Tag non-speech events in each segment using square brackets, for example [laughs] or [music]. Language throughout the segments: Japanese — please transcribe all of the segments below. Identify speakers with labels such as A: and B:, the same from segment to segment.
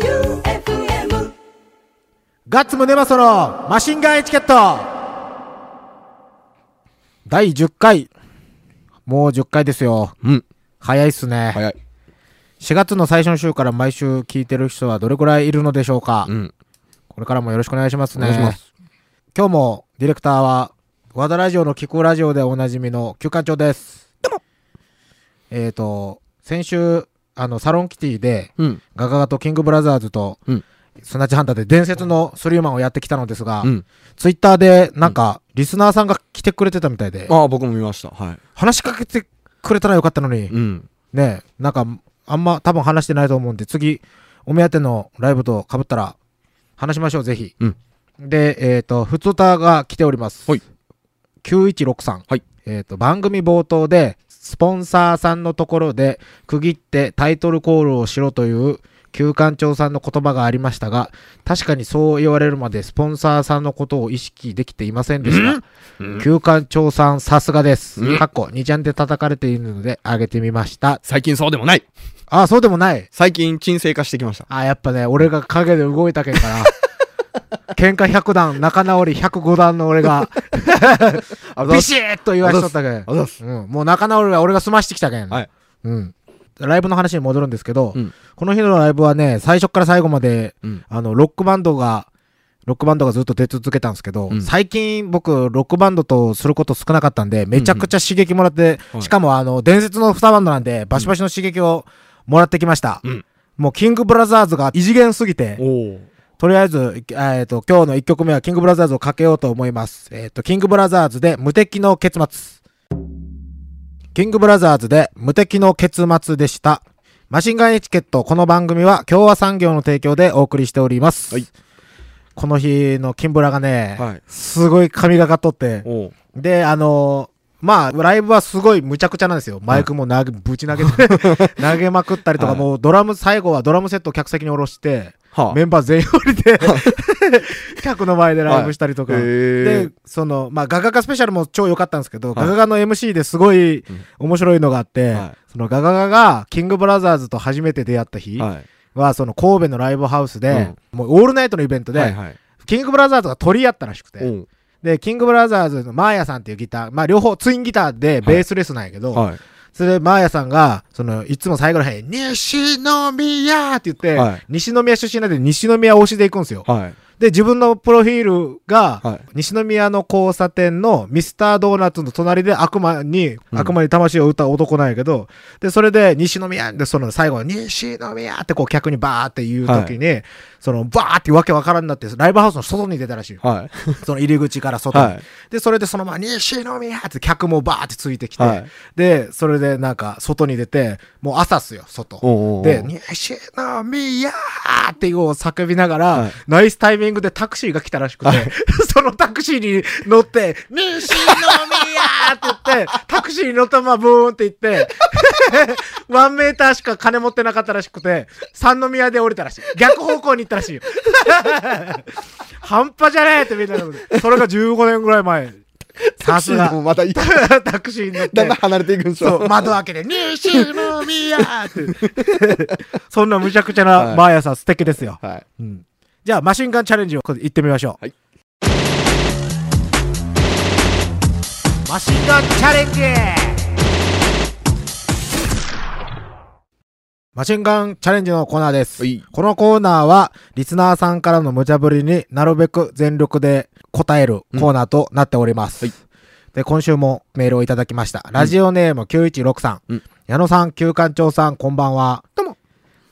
A: J-O-E-U-F-M
B: ガッツムネマソのマシンガンエチケット第10回。もう10回ですよ。
C: うん。
B: 早いっすね。
C: 早い。
B: 4月の最初の週から毎週聞いてる人はどれくらいいるのでしょうか、
C: うん。
B: これからもよろしくお願いします
C: お
B: ね。
C: 願いします。
B: 今日もディレクターは、和田ラジオの聞くラジオでおなじみの休館長です。えっ、と、先週、あの、サロンキティで、
C: うん。
B: ガガガとキングブラザーズと、
C: うん
B: スナッチハンターで伝説のスリーマンをやってきたのですが、
C: うん。
B: ツイッターで、なんか、リスナーさんが来てくれてたみたいで、
C: ああ、僕も見ました。はい。
B: 話しかけてくれたらよかったのに、
C: うん。
B: ねえ、なんか、あんま多分話してないと思うんで、次、お目当てのライブと被ったら、話しましょう、ぜひ。
C: うん
B: で、えっ、と、ふつおたが来ております。
C: はい
B: 9163さん。
C: はい
B: えっ、と、番組冒頭で、スポンサーさんのところで、区切ってタイトルコールをしろという、旧館長さんの言葉がありましたが、確かにそう言われるまで、スポンサーさんのことを意識できていませんでした。旧館長さん、さすがです。
C: うん
B: かっこ、2ちゃんで叩かれているので、あげてみました。
C: 最近そうでもない
B: あ、そうでもない。
C: 最近沈静化してきました。
B: あ、やっぱね、俺が陰で動いたけん
C: [laughs]
B: から。喧嘩100段、仲直り105段の俺
C: [laughs]
B: が、
C: あ
B: ビシッと言わしとったけん。
C: あざっす。
B: うん、もう仲直りは俺が済ましてきたけん。
C: はい
B: うん。ライブの話に戻るんですけど、
C: うん
B: この日のライブはね、最初から最後まで、
C: うん
B: あの、ロックバンドが、ロックバンドがずっと出続けたんですけど、
C: うん
B: 最近僕、ロックバンドとすること少なかったんで、めちゃくちゃ刺激もらって、
C: はい
B: しかもあの、伝説の二バンドなんで、バシバシの刺激をもらってきました。
C: うん
B: もう、キングブラザーズが異次元すぎて、
C: おお。
B: とりあえず、えーと、今日の1曲目はキングブラザーズをかけようと思います。えっ、と、キングブラザーズで無敵の結末。キングブラザーズで無敵の結末でした。マシンガンエチケット、この番組は共和産業の提供でお送りしております。
C: はい
B: この日のキンブラがね、
C: はい
B: すごい神がかっとって、
C: おお。
B: で、あのーまあ、ライブはすごい無茶苦茶なんですよ。マイクも投げ、ぶち投げて、
C: [laughs]
B: 投げまくったりとか、
C: はい
B: もうドラム、最後はドラムセットを客席に下ろして、
C: は
B: メンバー全員降り
C: [laughs]
B: て、客の前でライブしたりとか。
C: はいへー
B: で、その、まあ、ガガガスペシャルも超良かったんですけど、
C: はい
B: ガガガの MC ですごい面白いのがあって、
C: はい
B: そのガガガが、キングブラザーズと初めて出会った日
C: あ。はい。
B: は、その神戸のライブハウスで、もうオールナイトのイベントで、
C: はいはい。
B: キングブラザーズが取り合ったらしくて、
C: お
B: で、キングブラザーズのマーヤさんっていうギター、まあ、両方ツインギターでベースレスなんやけど、
C: お。はい。
B: それで、マーヤさんが、その、いつも最後らへん、西宮って言って、
C: はい
B: 西宮出身なんで西宮推しで行くんですよ。
C: はい。
B: で、自分のプロフィールが、
C: はい
B: 西宮の交差点のミスタードーナツの隣で悪魔に、
C: うん
B: 悪魔に魂を打った男なんやけど、で、それで、西宮で、その最後、西宮ってこう客にバーって言う時に、その、バーってわけわからんなって、ライブハウスの外に出たらしいよ。
C: はい。
B: その入り口から外に。
C: はい。
B: で、それでそのまま、西宮って客もバーってついてきて、
C: はい
B: で、それでなんか、外に出て、もう朝っすよ、外。
C: おうおうおう
B: で、西宮っていうを叫びながら、
C: はい
B: ナイスタイミングでタクシーが来たらしくて、
C: はい
B: [laughs] そのタクシーに乗って、西宮って言って、タクシーに乗ったままブーンって行って、 [laughs] ワンメーターしか金持ってなかったらしくて、三宮で降りたらしい。逆方向に行ったらしいよ。 [laughs] 半端じゃねえってみんなでそれが15年ぐらい前。さす
C: タクシーでも
B: が。
C: またい
B: [laughs]
C: い。
B: タクシーに乗っ
C: [laughs] だん
B: て
C: だん。離れていくんでしょ。
B: そう、窓開け [laughs] て、西宮って。そんなむちゃくちゃなマーヤさん素敵ですよ。
C: はい。
B: うんじゃあ、マシンガンチャレンジを行ってみましょう。
C: はい
B: マシンガンチャレンジマシンガンチャレンジのコーナーです。
C: はい
B: このコーナーは、リスナーさんからの無茶ぶりになるべく全力で答えるコーナーとなっております。
C: はい
B: で、今週もメールをいただきました。ラジオネーム9163さん。
C: うん
B: 矢野さん、旧館長さん、こんばんは。どうも。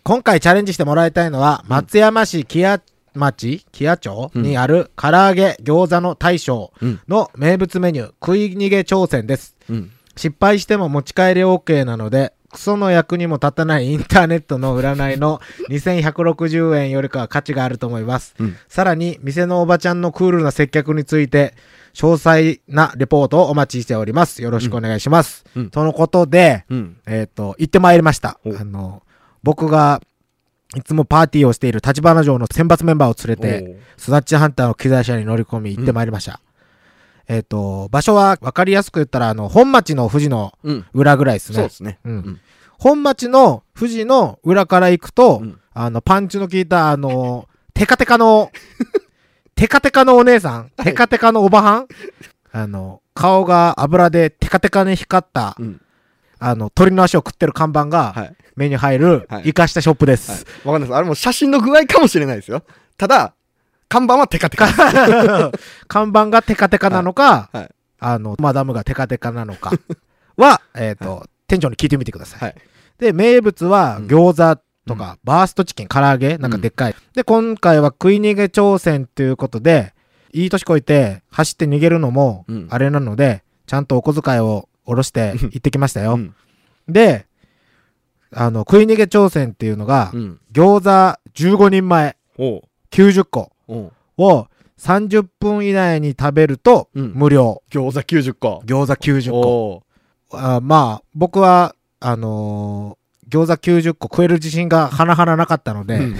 B: 今回チャレンジしてもらいたいのは、松山市木屋町木屋町
C: うん
B: にある唐揚げ餃子の大将
C: うん
B: の名物メニュー、食い逃げ挑戦です。
C: うん。
B: 失敗しても持ち帰り OK なので、クソの役にも立たないインターネットの占い
C: [laughs]
B: の2160円よりかは価値があると思います。
C: うん
B: さらに、店のおばちゃんのクールな接客について、詳細なレポートをお待ちしております。よろしくお願いします。
C: うんうん
B: とのことで、
C: うん。
B: えっ、と、行ってまいりました。
C: お
B: あの、僕が、いつもパーティーをしている立花城の選抜メンバーを連れて、スナッチハンターの機材車に乗り込み行ってまいりました。えっ、と、場所は分かりやすく言ったら、あの、本町の富士の
C: うん。
B: 裏ぐらいですね。
C: そうですね。
B: うん。
C: ん
B: 本町の富士の裏から行くと、
C: うん
B: あの、パンチの効いた、あの、テカテカ
C: [laughs]
B: の、テカテカのお姉さん、テカテカのおばはん、あの、顔が油でテカテカに光った、
C: うん
B: あの、鳥の足を食ってる看板
C: は
B: が
C: い。
B: 目に入る、
C: はい
B: 生かしたショップです。
C: はい。わかんないです。あれも写真の具合かもしれないですよ。ただ、看板はテカテカ。
B: [laughs] 看板がテカテカなのか、
C: はいはい
B: あの、マダムがテカテカなのかは、えっ、と、店長に聞いてみてください。
C: はい
B: で、名物は
C: うん
B: 餃子とか、バーストチキン、唐揚げ、なんかでっかい。で、今回は食い逃げ挑戦ということで、いい年こいて走って逃げるのも
C: うん、
B: あれなので、ちゃんとお小遣いを下ろして行ってきましたよ。
C: うん
B: で、あの、食い逃げ挑戦っていうのが、
C: うん。
B: 餃子15人前、
C: おう。
B: 90個。
C: おう。
B: を30分以内に食べると
C: うん
B: 無料、
C: 餃子90個。
B: 餃子90個
C: おう。
B: あまあ僕はあのー餃子90個食える自信がはなはななかったので、
C: うん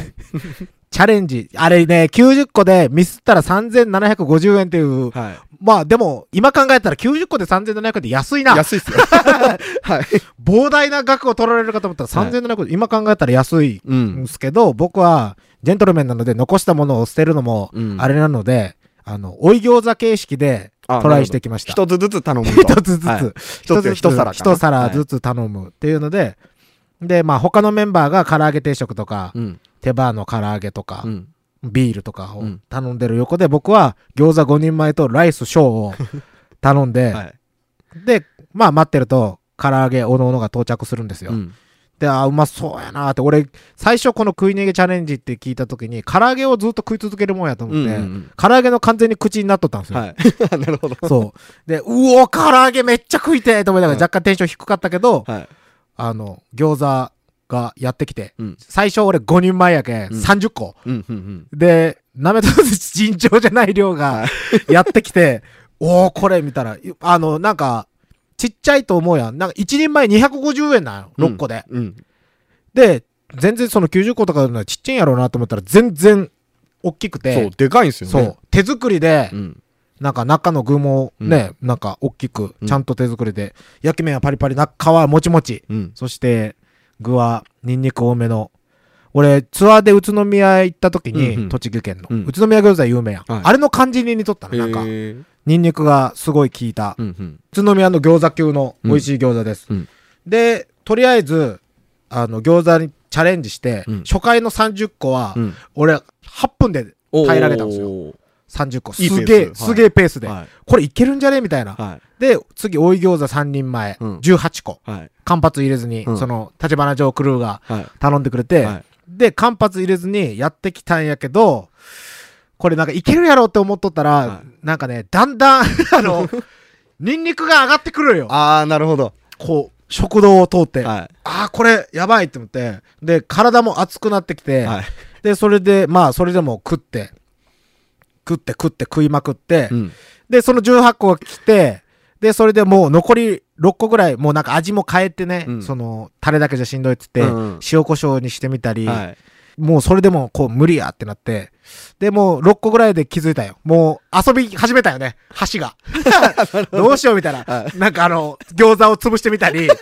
B: チャレンジあれね90個でミスったら3750円っていう
C: は
B: まあでも今考えたら90個で3700円って安い
C: い。
B: な
C: 安いっすよ。 [laughs] はい。
B: 膨大な額を取られるかと思ったら
C: はい
B: 3700円、今考えたら安い
C: うんん。
B: ですけど僕はジェントルメンなので残したものを捨てるのも
C: うん
B: あれなので、あの追い餃子形式で
C: あ
B: トライしてきました。
C: 一つずつ頼むと。
B: 一つずつ、
C: はい
B: 一つずつ、
C: 一皿かな
B: 一皿ずつ頼むっていうので、で、まあ他のメンバーが唐揚げ定食とか、
C: うん。
B: 手羽の唐揚げとか
C: う、ん。
B: ビールとかを
C: うん
B: 頼んでる横で、僕は餃子5人前とライス小
C: [laughs]
B: を頼んで、
C: はい。
B: で、まあ待ってると、唐揚げおのおのが到着するんですよ。
C: うん
B: で、あー、うまそうやなーって、俺、最初この食い逃げチャレンジって聞いた時に、唐揚げをずっと食い続けるもんやと
C: うん
B: 思って、
C: うん
B: 唐揚げの完全に口になっとったんです
C: うん
B: よ。
C: [laughs] はい。なるほど。
B: そう。で、うお、唐揚げめっちゃ食いてえと思いながら
C: はい
B: 若干テンション低かったけど、
C: はい。
B: あの、餃子がやってきて、
C: うん。
B: 最初俺5人前やけん、
C: うん
B: 30個。
C: うん。うん。
B: で、なめとず尋常じゃない量が
C: は
B: やってきて、 [laughs] おお、これ見たら、いあの、なんか、ちっちゃいと思うやん。なんか1人前250円なんよ、
C: うん
B: 6個で。
C: うん。
B: で、全然その90個とかのちっちゃいんやろうなと思ったら、全然大きく
C: そう
B: て、、
C: でかいんすよね。
B: そう、手作りで、
C: うん。
B: なんか中の具もね、なんか大きく、
C: うん
B: ちゃんと手作りで、焼き面はパリパリ、中皮はもちもち。
C: うん。
B: そして、具はニンニク多めの。俺、ツアーで宇都宮行った時に、
C: うんうん
B: 栃木県の、
C: うん
B: 宇都宮餃子有名やん。
C: はい
B: あれの感じに似とったの、なんか、
C: へー
B: ニンニクがすごい効いた、
C: うん。うん。
B: 宇都宮の餃子級の美味しい餃子です。
C: うんうん
B: で、とりあえず、あの、餃子にチャレンジして、
C: うん
B: 初回の30個は、
C: うん
B: 俺、8分で平らげたんですよ
C: よ。
B: 30個。す
C: いいペース
B: げえ、
C: はい
B: すげえペースで、
C: はい。
B: これいけるんじゃねみたいな。
C: は
B: で、次、追い餃子3人前、
C: うん
B: 18個。
C: い。はい。
B: 間髪入れずに、
C: うん
B: その、立花城クルーが
C: はい。
B: 頼んでくれて、
C: はい
B: で、間髪入れずにやってきたんやけど、これなんかいけるやろって思っとったら、
C: は
B: なんかね、だんだん [laughs] 、あの、ニンニクが上がってくるよ。
C: あー、なるほど。
B: こう、食堂を通って。
C: は
B: ああ、これ、やばいって思って。で、体も熱くなってきて、
C: い。はい。
B: で、それで、まあ、それでも食って、食って食って食いまくって、
C: うん。
B: で、その18個が来て、で、それでもう残り6個ぐらい、もうなんか味も変えてね、
C: うん
B: その、タレだけじゃしんどいっつって、
C: うんうん
B: 塩コショウにしてみたり、
C: はい。
B: もうそれでもこう無理やってなって、で、もう6個ぐらいで気づいたよ。もう遊び始めたよね、箸
C: [laughs]
B: が。 [laughs] どうしようみたいな。
C: は
B: なんかあの、餃子を潰してみたり、
C: はい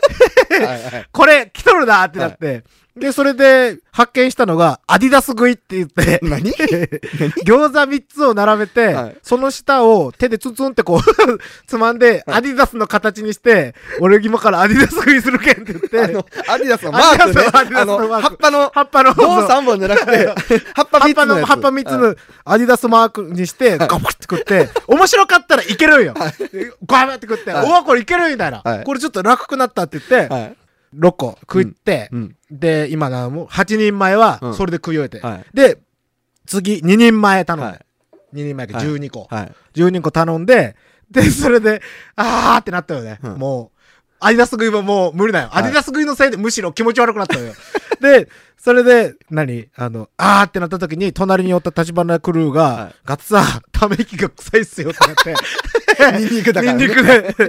C: はい。
B: これ来とるなってなって、で、それで発見したのが、アディダス食いって言って、
C: 何
B: [laughs] 餃子3つを並べて、
C: はい
B: その下を手でツンツンってこう [laughs] つまんで、アディダスの形にして俺今からアディダス食いするけんって言
C: あ
B: って
C: の、アディダスのマークね。
B: アディダスのアディダ
C: あの、
B: スのマーク
C: 葉っぱの、
B: 葉っぱの
C: どう3本じゃなくて、葉っぱ
B: 葉っ
C: 3
B: ぱ
C: つの
B: の
C: やつ。
B: 葉っぱ3つのアディダスマークにしてガブって食って面白かったらいけるんよガブって食って
C: はい
B: おわこれいけるみたいな
C: はい
B: これちょっと楽くなったって言って
C: はい。はい。
B: 6個食って
C: うん。
B: で今なもう8人前はそれで食い終えて
C: はい。
B: で次2人前頼ん
C: は
B: で
C: い。
B: 2人前で12個
C: はい。
B: 12個頼んで、で、それで、あーってなったよね。
C: うん
B: もう、アディダス食いももう無理だよ。
C: はい
B: アディダス食いのせいでむしろ気持ち悪くな
C: [laughs]
B: ったのよ。で、それで、何あの、あーってなった時に、隣におった立花クルーが、
C: はい
B: ガッツさん、ため息が臭いっすよってな
C: [laughs]
B: って。
C: ニンニクだか
B: ニ
C: ら
B: ン
C: ね。 [laughs]
B: ニク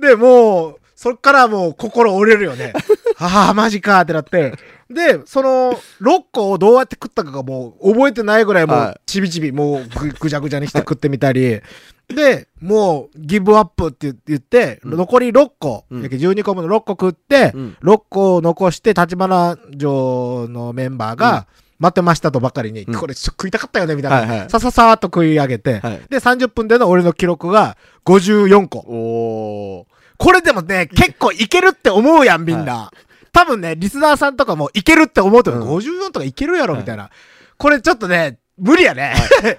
B: で。で、もう、そっからもう心折れるよね。ああ、マジかってなって。で、その、6個をどうやって食ったかがもう覚えてないぐらいもう
C: は、
B: ちびちび、もうぐぐちゃぐちゃにして食ってみたり。で、もう、ギブアップって言って、
C: うん
B: 残り6個、
C: うん
B: やけ12個分の6個食って、
C: うん
B: 6個を残して、立花城のメンバーが、待ってましたとばかりに、
C: うん
B: これ食いたかったよね、みたいな。
C: はいはい
B: さささーっと食い上げて、
C: はい
B: で、30分での俺の記録が54個。
C: おー。
B: これでもね、結構いけるって思うやん、みんな。多分ね、リスナーさんとかもいけるって思うと思う、
C: うん
B: 54とかいけるやろ、
C: はい
B: みたいな。これちょっとね、無理やね。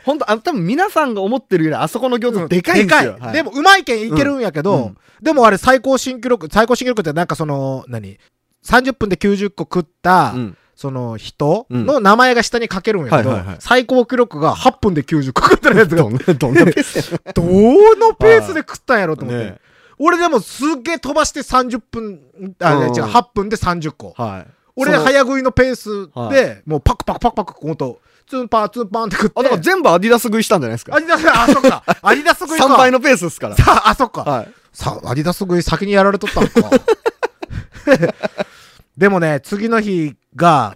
C: ほんと、あの、多分皆さんが思ってるより、あそこの餃
B: うん
C: 子でかいんですよ。
B: で
C: はい
B: も、うまいけんいけるんやけど、
C: うんうん
B: でもあれ最高新記録、最高新記録ってなんかその、何 ?30 分で90個食った、
C: うん
B: その人の名前が下に書けるんやけど、
C: はいはいはい
B: 最高記録が8分で90個食ったやつが、
C: どんな、どんなペースや
B: [laughs] どのペースで食ったんやろと思って。
C: ね
B: 俺でもすっげえ飛ばして30分、あ、
C: うん
B: 違う、8分で30個。
C: はい。
B: 俺
C: その
B: 早食いのペース
C: は
B: で、もうパクパクパクパク、ほんと、ツンパーツンパーンって食って。
C: あ、だから全部アディダス食いしたんじゃないですか
B: ア。ディダス、あ、そっか。アディダス食いか。
C: 3倍のペースですから。
B: さあ、あ、そっか。
C: はい。
B: さアディダス食い先にやられとったのか。 [laughs] でもね、次の日が、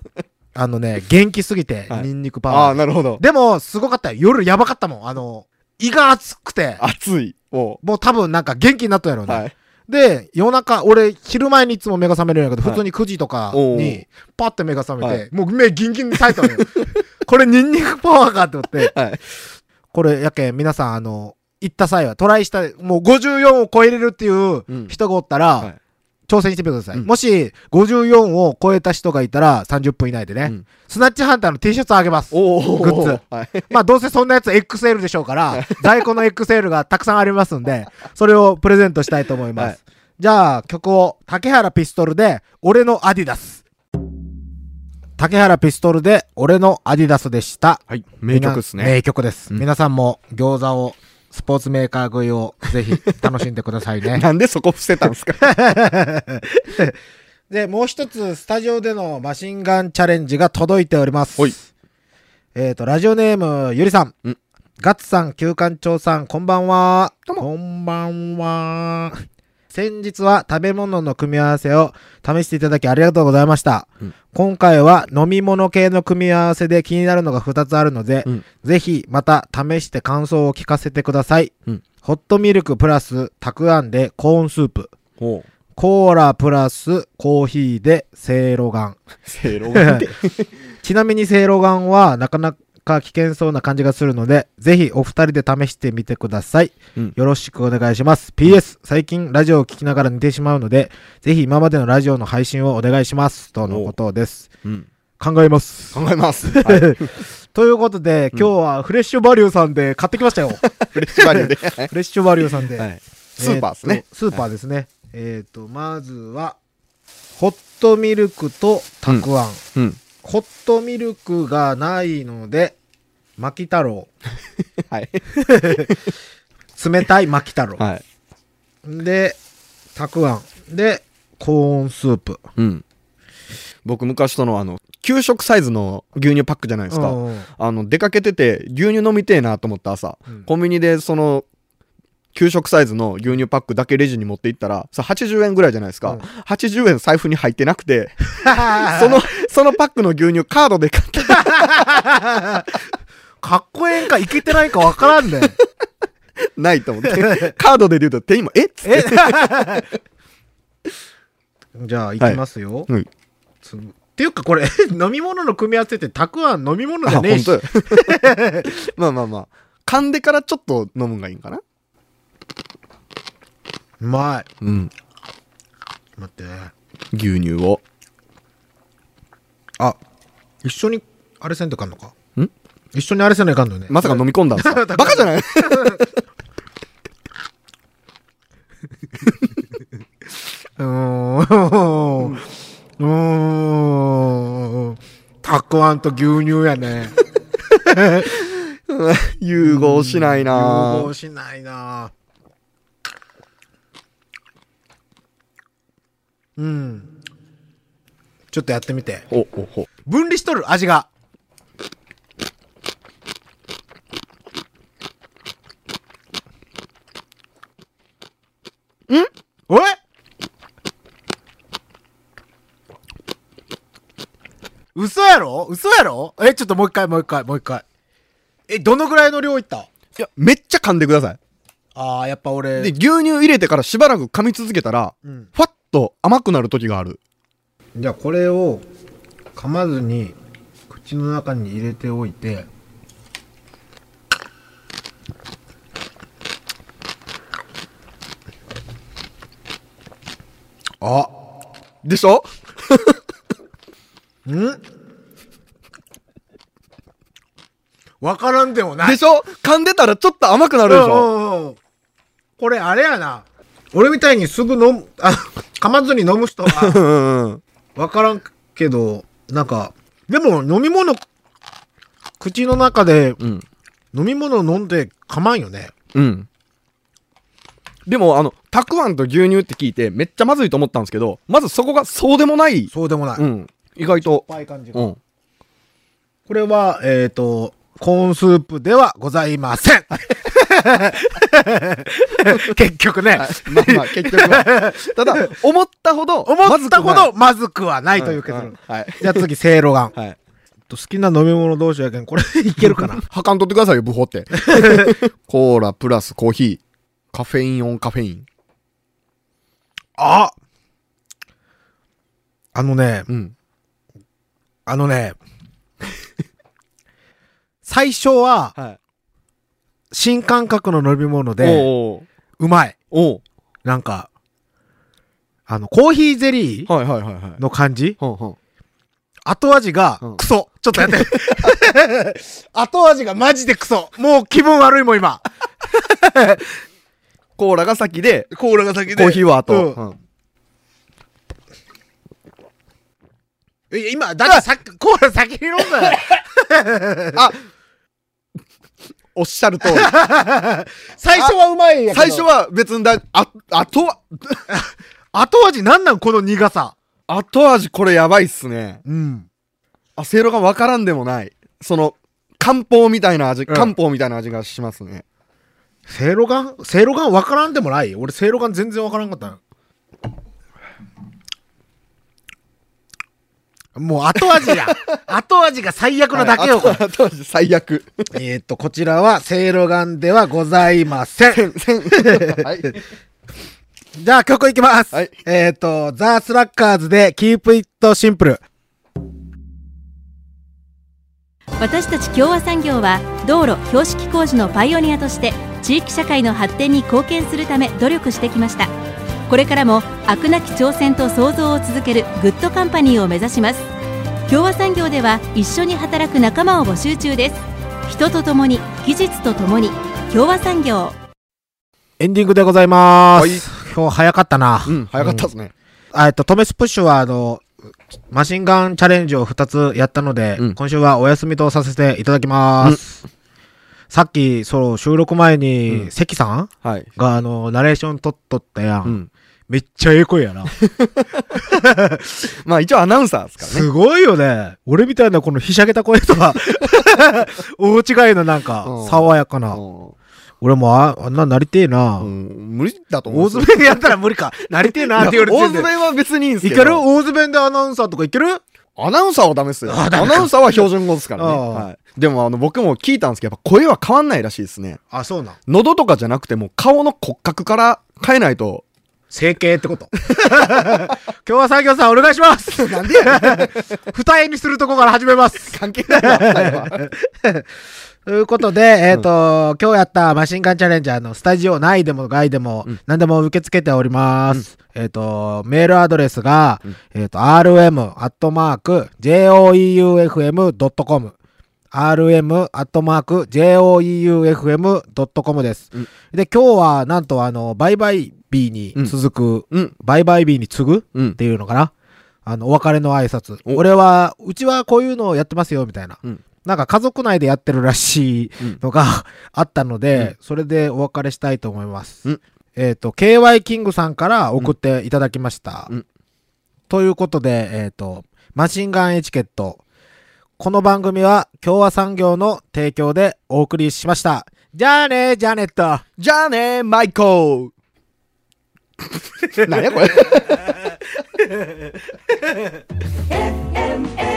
B: あのね、元気すぎて、
C: はい
B: ニンニクパ
C: ああ
B: ワ
C: ー、
B: ー。
C: なるほど。
B: でも、すごかったよ。夜やばかったもん。あの、胃が熱くて、
C: 熱い。も
B: もう多分なんか元気になったんやろう
C: う。
B: ね。
C: はい。
B: で、夜中、俺、昼前にいつも目が覚めるんやけど、
C: はい
B: 普通に9時とか
C: お
B: に
C: ー、
B: パッて目が覚めて、も
C: は
B: う目ギンギンに耐えたの
C: [laughs]
B: よ。これ、ニンニクパワーかって思って、
C: はい。
B: これ、やけん、皆さん、あの、行った際は、トライした、もう54を超えれるっていう
C: うん
B: 人がおったら、
C: はい
B: 挑戦してみてください。
C: うん
B: もし、54を超えた人がいたら、30分以内でね、
C: うん
B: スナッチハンターの T シャツあげます。
C: おー。
B: グッズ。
C: はい。
B: まあ、どうせそんなやつ XL でしょう
C: [laughs]
B: から、在庫の XL がたくさんありますんで、それをプレゼントしたいと思います。
C: はい
B: じゃあ、曲を、竹原ピストルで、俺のアディダス。竹原ピストルで、俺のアディダスでした。
C: はい。名曲っす
B: みんな
C: ね。
B: 名曲です。
C: うん
B: 皆さんも餃子を、スポーツメーカー食いを、ぜひ楽しんでくださいね。
C: なんでそこ伏せたんですか
B: で、もう一つ、スタジオでのマシンガンチャレンジが届いております。
C: ほい
B: えっ、と、ラジオネーム、ゆりさん。
C: うん
B: ガッツさん、旧館長さん、こんばんは。
C: どうも
B: こんばんは。先日は食べ物の組み合わせを試していただきありがとうございました。
C: うん
B: 今回は飲み物系の組み合わせで気になるのが2つあるので、
C: うん
B: ぜひまた試して感想を聞かせてください。
C: うん
B: ホットミルクプラスたくあんでコーンスープ。
C: ほう。
B: コーラプラスコーヒーでセいろがん。
C: 正論で。
B: [laughs] ちなみにセいろがんはなかなか危険そうな感じがするので、ぜひお二人で試してみてください。
C: うん
B: よろしくお願いします。PS、最近ラジオを聞きながら寝てしまうので、ぜひ今までのラジオの配信をお願いします。とのことです。
C: うん。
B: 考えます。
C: 考えます。 [laughs] はい。
B: [laughs] ということで、今日はフレッシュバリューさんで買ってきました
C: [laughs]
B: よ。フ
C: フレッシュバリューで。はい
B: レッシュバリューさんで。
C: はい。スーパーです
B: え
C: ね
B: っ。とスーパーですね。えっ、と、まずは、ホットミルクとたくあん。
C: うん。
B: ホットミルクがないので、巻き太郎。
C: [laughs] はい。
B: 冷たい巻き太郎。
C: はい。
B: で、たくあん。で、コーンスープ。
C: うん。僕、昔との、あの、給食サイズの牛乳パックじゃないです
B: う
C: か。
B: ん [laughs] うん
C: あの、出かけてて、牛乳飲みてえなと思った朝
B: ん、
C: コンビニで、その、給食サイズの牛乳パックだけレジに持って行ったら、それ80円ぐらいじゃないです
B: う
C: か
B: ん。
C: 80円財布に入ってなくて、その、そのパックの牛乳カードで買った。
B: かっこええんか、いけてないかわから
C: [laughs]
B: んねん。
C: ないと思 [laughs] って。カードで言うと、手今、えっつって。
B: えじゃあ、いきますよ。
C: うん
B: つっていうか、これ、 [laughs] 飲み物の組み合わせって、たくあん飲み物じゃ
C: あ、
B: ねえ
C: 本
B: し
C: 当。よ [laughs] まあまあまあ。噛んでからちょっと飲むんがいいんかな
B: うまい。
C: うん。
B: 待って。
C: 牛乳を。
B: あ、一緒に、あれせんといかんのか。
C: ん
B: 一緒にあれせんのいかんのよね。
C: まさか飲み込んだん [laughs] ですか
B: だから
C: バカじゃない
B: うー [laughs] ん。うーん。たくあんと牛乳や
C: [laughs]
B: ね。
C: 融合しない
B: 融
C: な
B: 合しないなうん。ちょっとやってみて。
C: お、お、お。
B: 分離しとる味が。んおい嘘やろ嘘やろえ、ちょっともう一回、もう一回、もう一回。え、どのぐらいの量いった
C: いや、めっちゃ噛んでください。
B: ああ、やっぱ俺。
C: で、牛乳入れてからしばらく噛み続けたら、
B: うん。
C: ふわっと甘くなる時がある。
B: じゃあこれを噛まずに口の中に入れておいて、
C: あ。でしょ
B: んわからんでもない。
C: でしょ噛んでたらちょっと甘くな
B: あ
C: るでしょ
B: これあれやな。俺みたいにすぐ飲む、あ、噛まずに飲む人は
C: うんうんうん。
B: [laughs] わからんけど、なんか、でも飲み物、口の中で
C: うん。
B: 飲み物飲んで噛まんよね。
C: うん。でも、あの、たくあんと牛乳って聞いて、めっちゃまずいと思ったんですけど、まずそこがそうでもない。
B: そうでもない。
C: うん。意外と。
B: ぱい感じ
C: うん。
B: これは、えっ、と、コーンスープではございません。 [laughs] 結局ね、
C: まあまあ、結局は。ただ、 [laughs] 思ったほど、
B: 思ったほど
C: ま
B: まずくはない
C: ずくな
B: と
C: い
B: いう結論。
C: はい。
B: じゃあ次、せいろがん。
C: はい。
B: 好きな飲み物同士やけん、 [laughs] これいけるかな
C: はかんとってくださいよ、ブホ [laughs] って。コーラプラスコーヒー。カフェインオンカフェイン。
B: ああのね、
C: うん。
B: あのね、最初は
C: はい。
B: 新感覚の飲み物で、
C: おう
B: うまい。
C: おう
B: なんか、あの、コーヒーゼリー
C: はいはいはいはい。
B: の感じ
C: ほんほん。
B: 後味が
C: うん
B: クソ、ちょっとやって [laughs] 後味がマジでクソもう気分悪いもん今
C: コーラが先で、
B: コーラが先
C: コーヒーは後。
B: うん
C: うん
B: え今だってさっきコーラ先に飲んだよ [laughs]
C: おっしゃる通り。
B: 最初はうまいやけど
C: 最初は別にだ、あ、後は、
B: 後味なんなんこの苦さ
C: 後味これやばいっすね。
B: うん
C: あ、せいろがわからんでもない。その、漢方みたいな味、
B: うん
C: 漢方みたいな味がしますね。
B: せいろがんせいろがんわからんでもない俺せいろがん全然わからんかったよもう後味 [laughs] や後味が最悪なだけよ、
C: はい後後味最悪。
B: えーっとこちらはせいろがんではございません
C: はい。
B: じゃあ曲いきます。
C: はい
B: えっ、と、ザ・スラッカーズで Keep It Simple。
D: 私たち共和産業は道路標識工事のパイオニアとして地域社会の発展に貢献するため努力してきましたこれからも飽くなき挑戦と創造を続けるグッドカンパニーを目指します共和産業では一緒に働く仲間を募集中です人とともに技術とともに共和産業
B: エンディングでございます。
C: はい
B: 今日早かったな。
C: うん、早かったっすね。
B: あえっと、トメスプッシュは、あの、マシンガンチャレンジを2つやったので、
C: うん
B: 今週はお休みとさせていただきます。さっき、そう、収録前に、
C: うん
B: 関さん
C: はい。
B: が、あの、ナレーション撮っとったやん。
C: うん。
B: めっちゃええ声や
C: [laughs]
B: な。
C: まあ一応アナウンサーですからね。
B: すごいよね。俺みたいなこのひしゃげた声と
C: [laughs]
B: は、大違いのなんか
C: う、ん
B: 爽やかな。俺もああんななりてえな。
C: うん、うん無理だと思
B: 大
C: うんですよ。
B: 詰めでやったら無理か。なりてえなって言われ
C: いや大
B: て
C: 詰めは別にいいんです
B: い
C: け
B: ける
C: ど。
B: 大詰めでアナウンサーとかいける
C: アナウンサーはダメですよ。
B: あ
C: ア
B: ダメか
C: ナウンサーは標準語ですからね。
B: ああ
C: はい、でもあの僕も聞いたんですけど、やっぱ声は変わんないらしいですね。
B: あ、そうなん。
C: 喉とかじゃなくてもう顔の骨格から変えないと。
B: 整形ってこと。今日は作業さんお願いします。 [laughs] なんで二重にするとこから始めます。
C: 関係ない [laughs] な
B: ということで、えっ、と、今日やったマシンガンチャレンジャーのスタジオ内でも外でも
C: うん
B: 何でも受け付けております。えっ、と、メールアドレスが、
C: うん
B: えっ、と、rm.joeufm.com rm.joeufm.com です、
C: うん
B: で、今日はなんとあの、売買日に続く、
C: うん。
B: 売買日に次ぐっ
C: うん。
B: ていうのかなあの、お別れの挨拶。
C: お
B: 俺は、うちはこういうのをやってますよ、みたいな。
C: うん
B: なんか家族内でやってるらしい
C: うん [laughs]
B: のがあったので、それでお別れしたいと思います。
C: うん
B: えっ、と、KY キングさんから送っていただきました。
C: うん
B: ということで、えっ、と、マシンガンエチケット。この番組は共和産業の提供でお送りしました。じゃあね、ジャネット。
C: じゃあね、マイコー何やこれ
A: M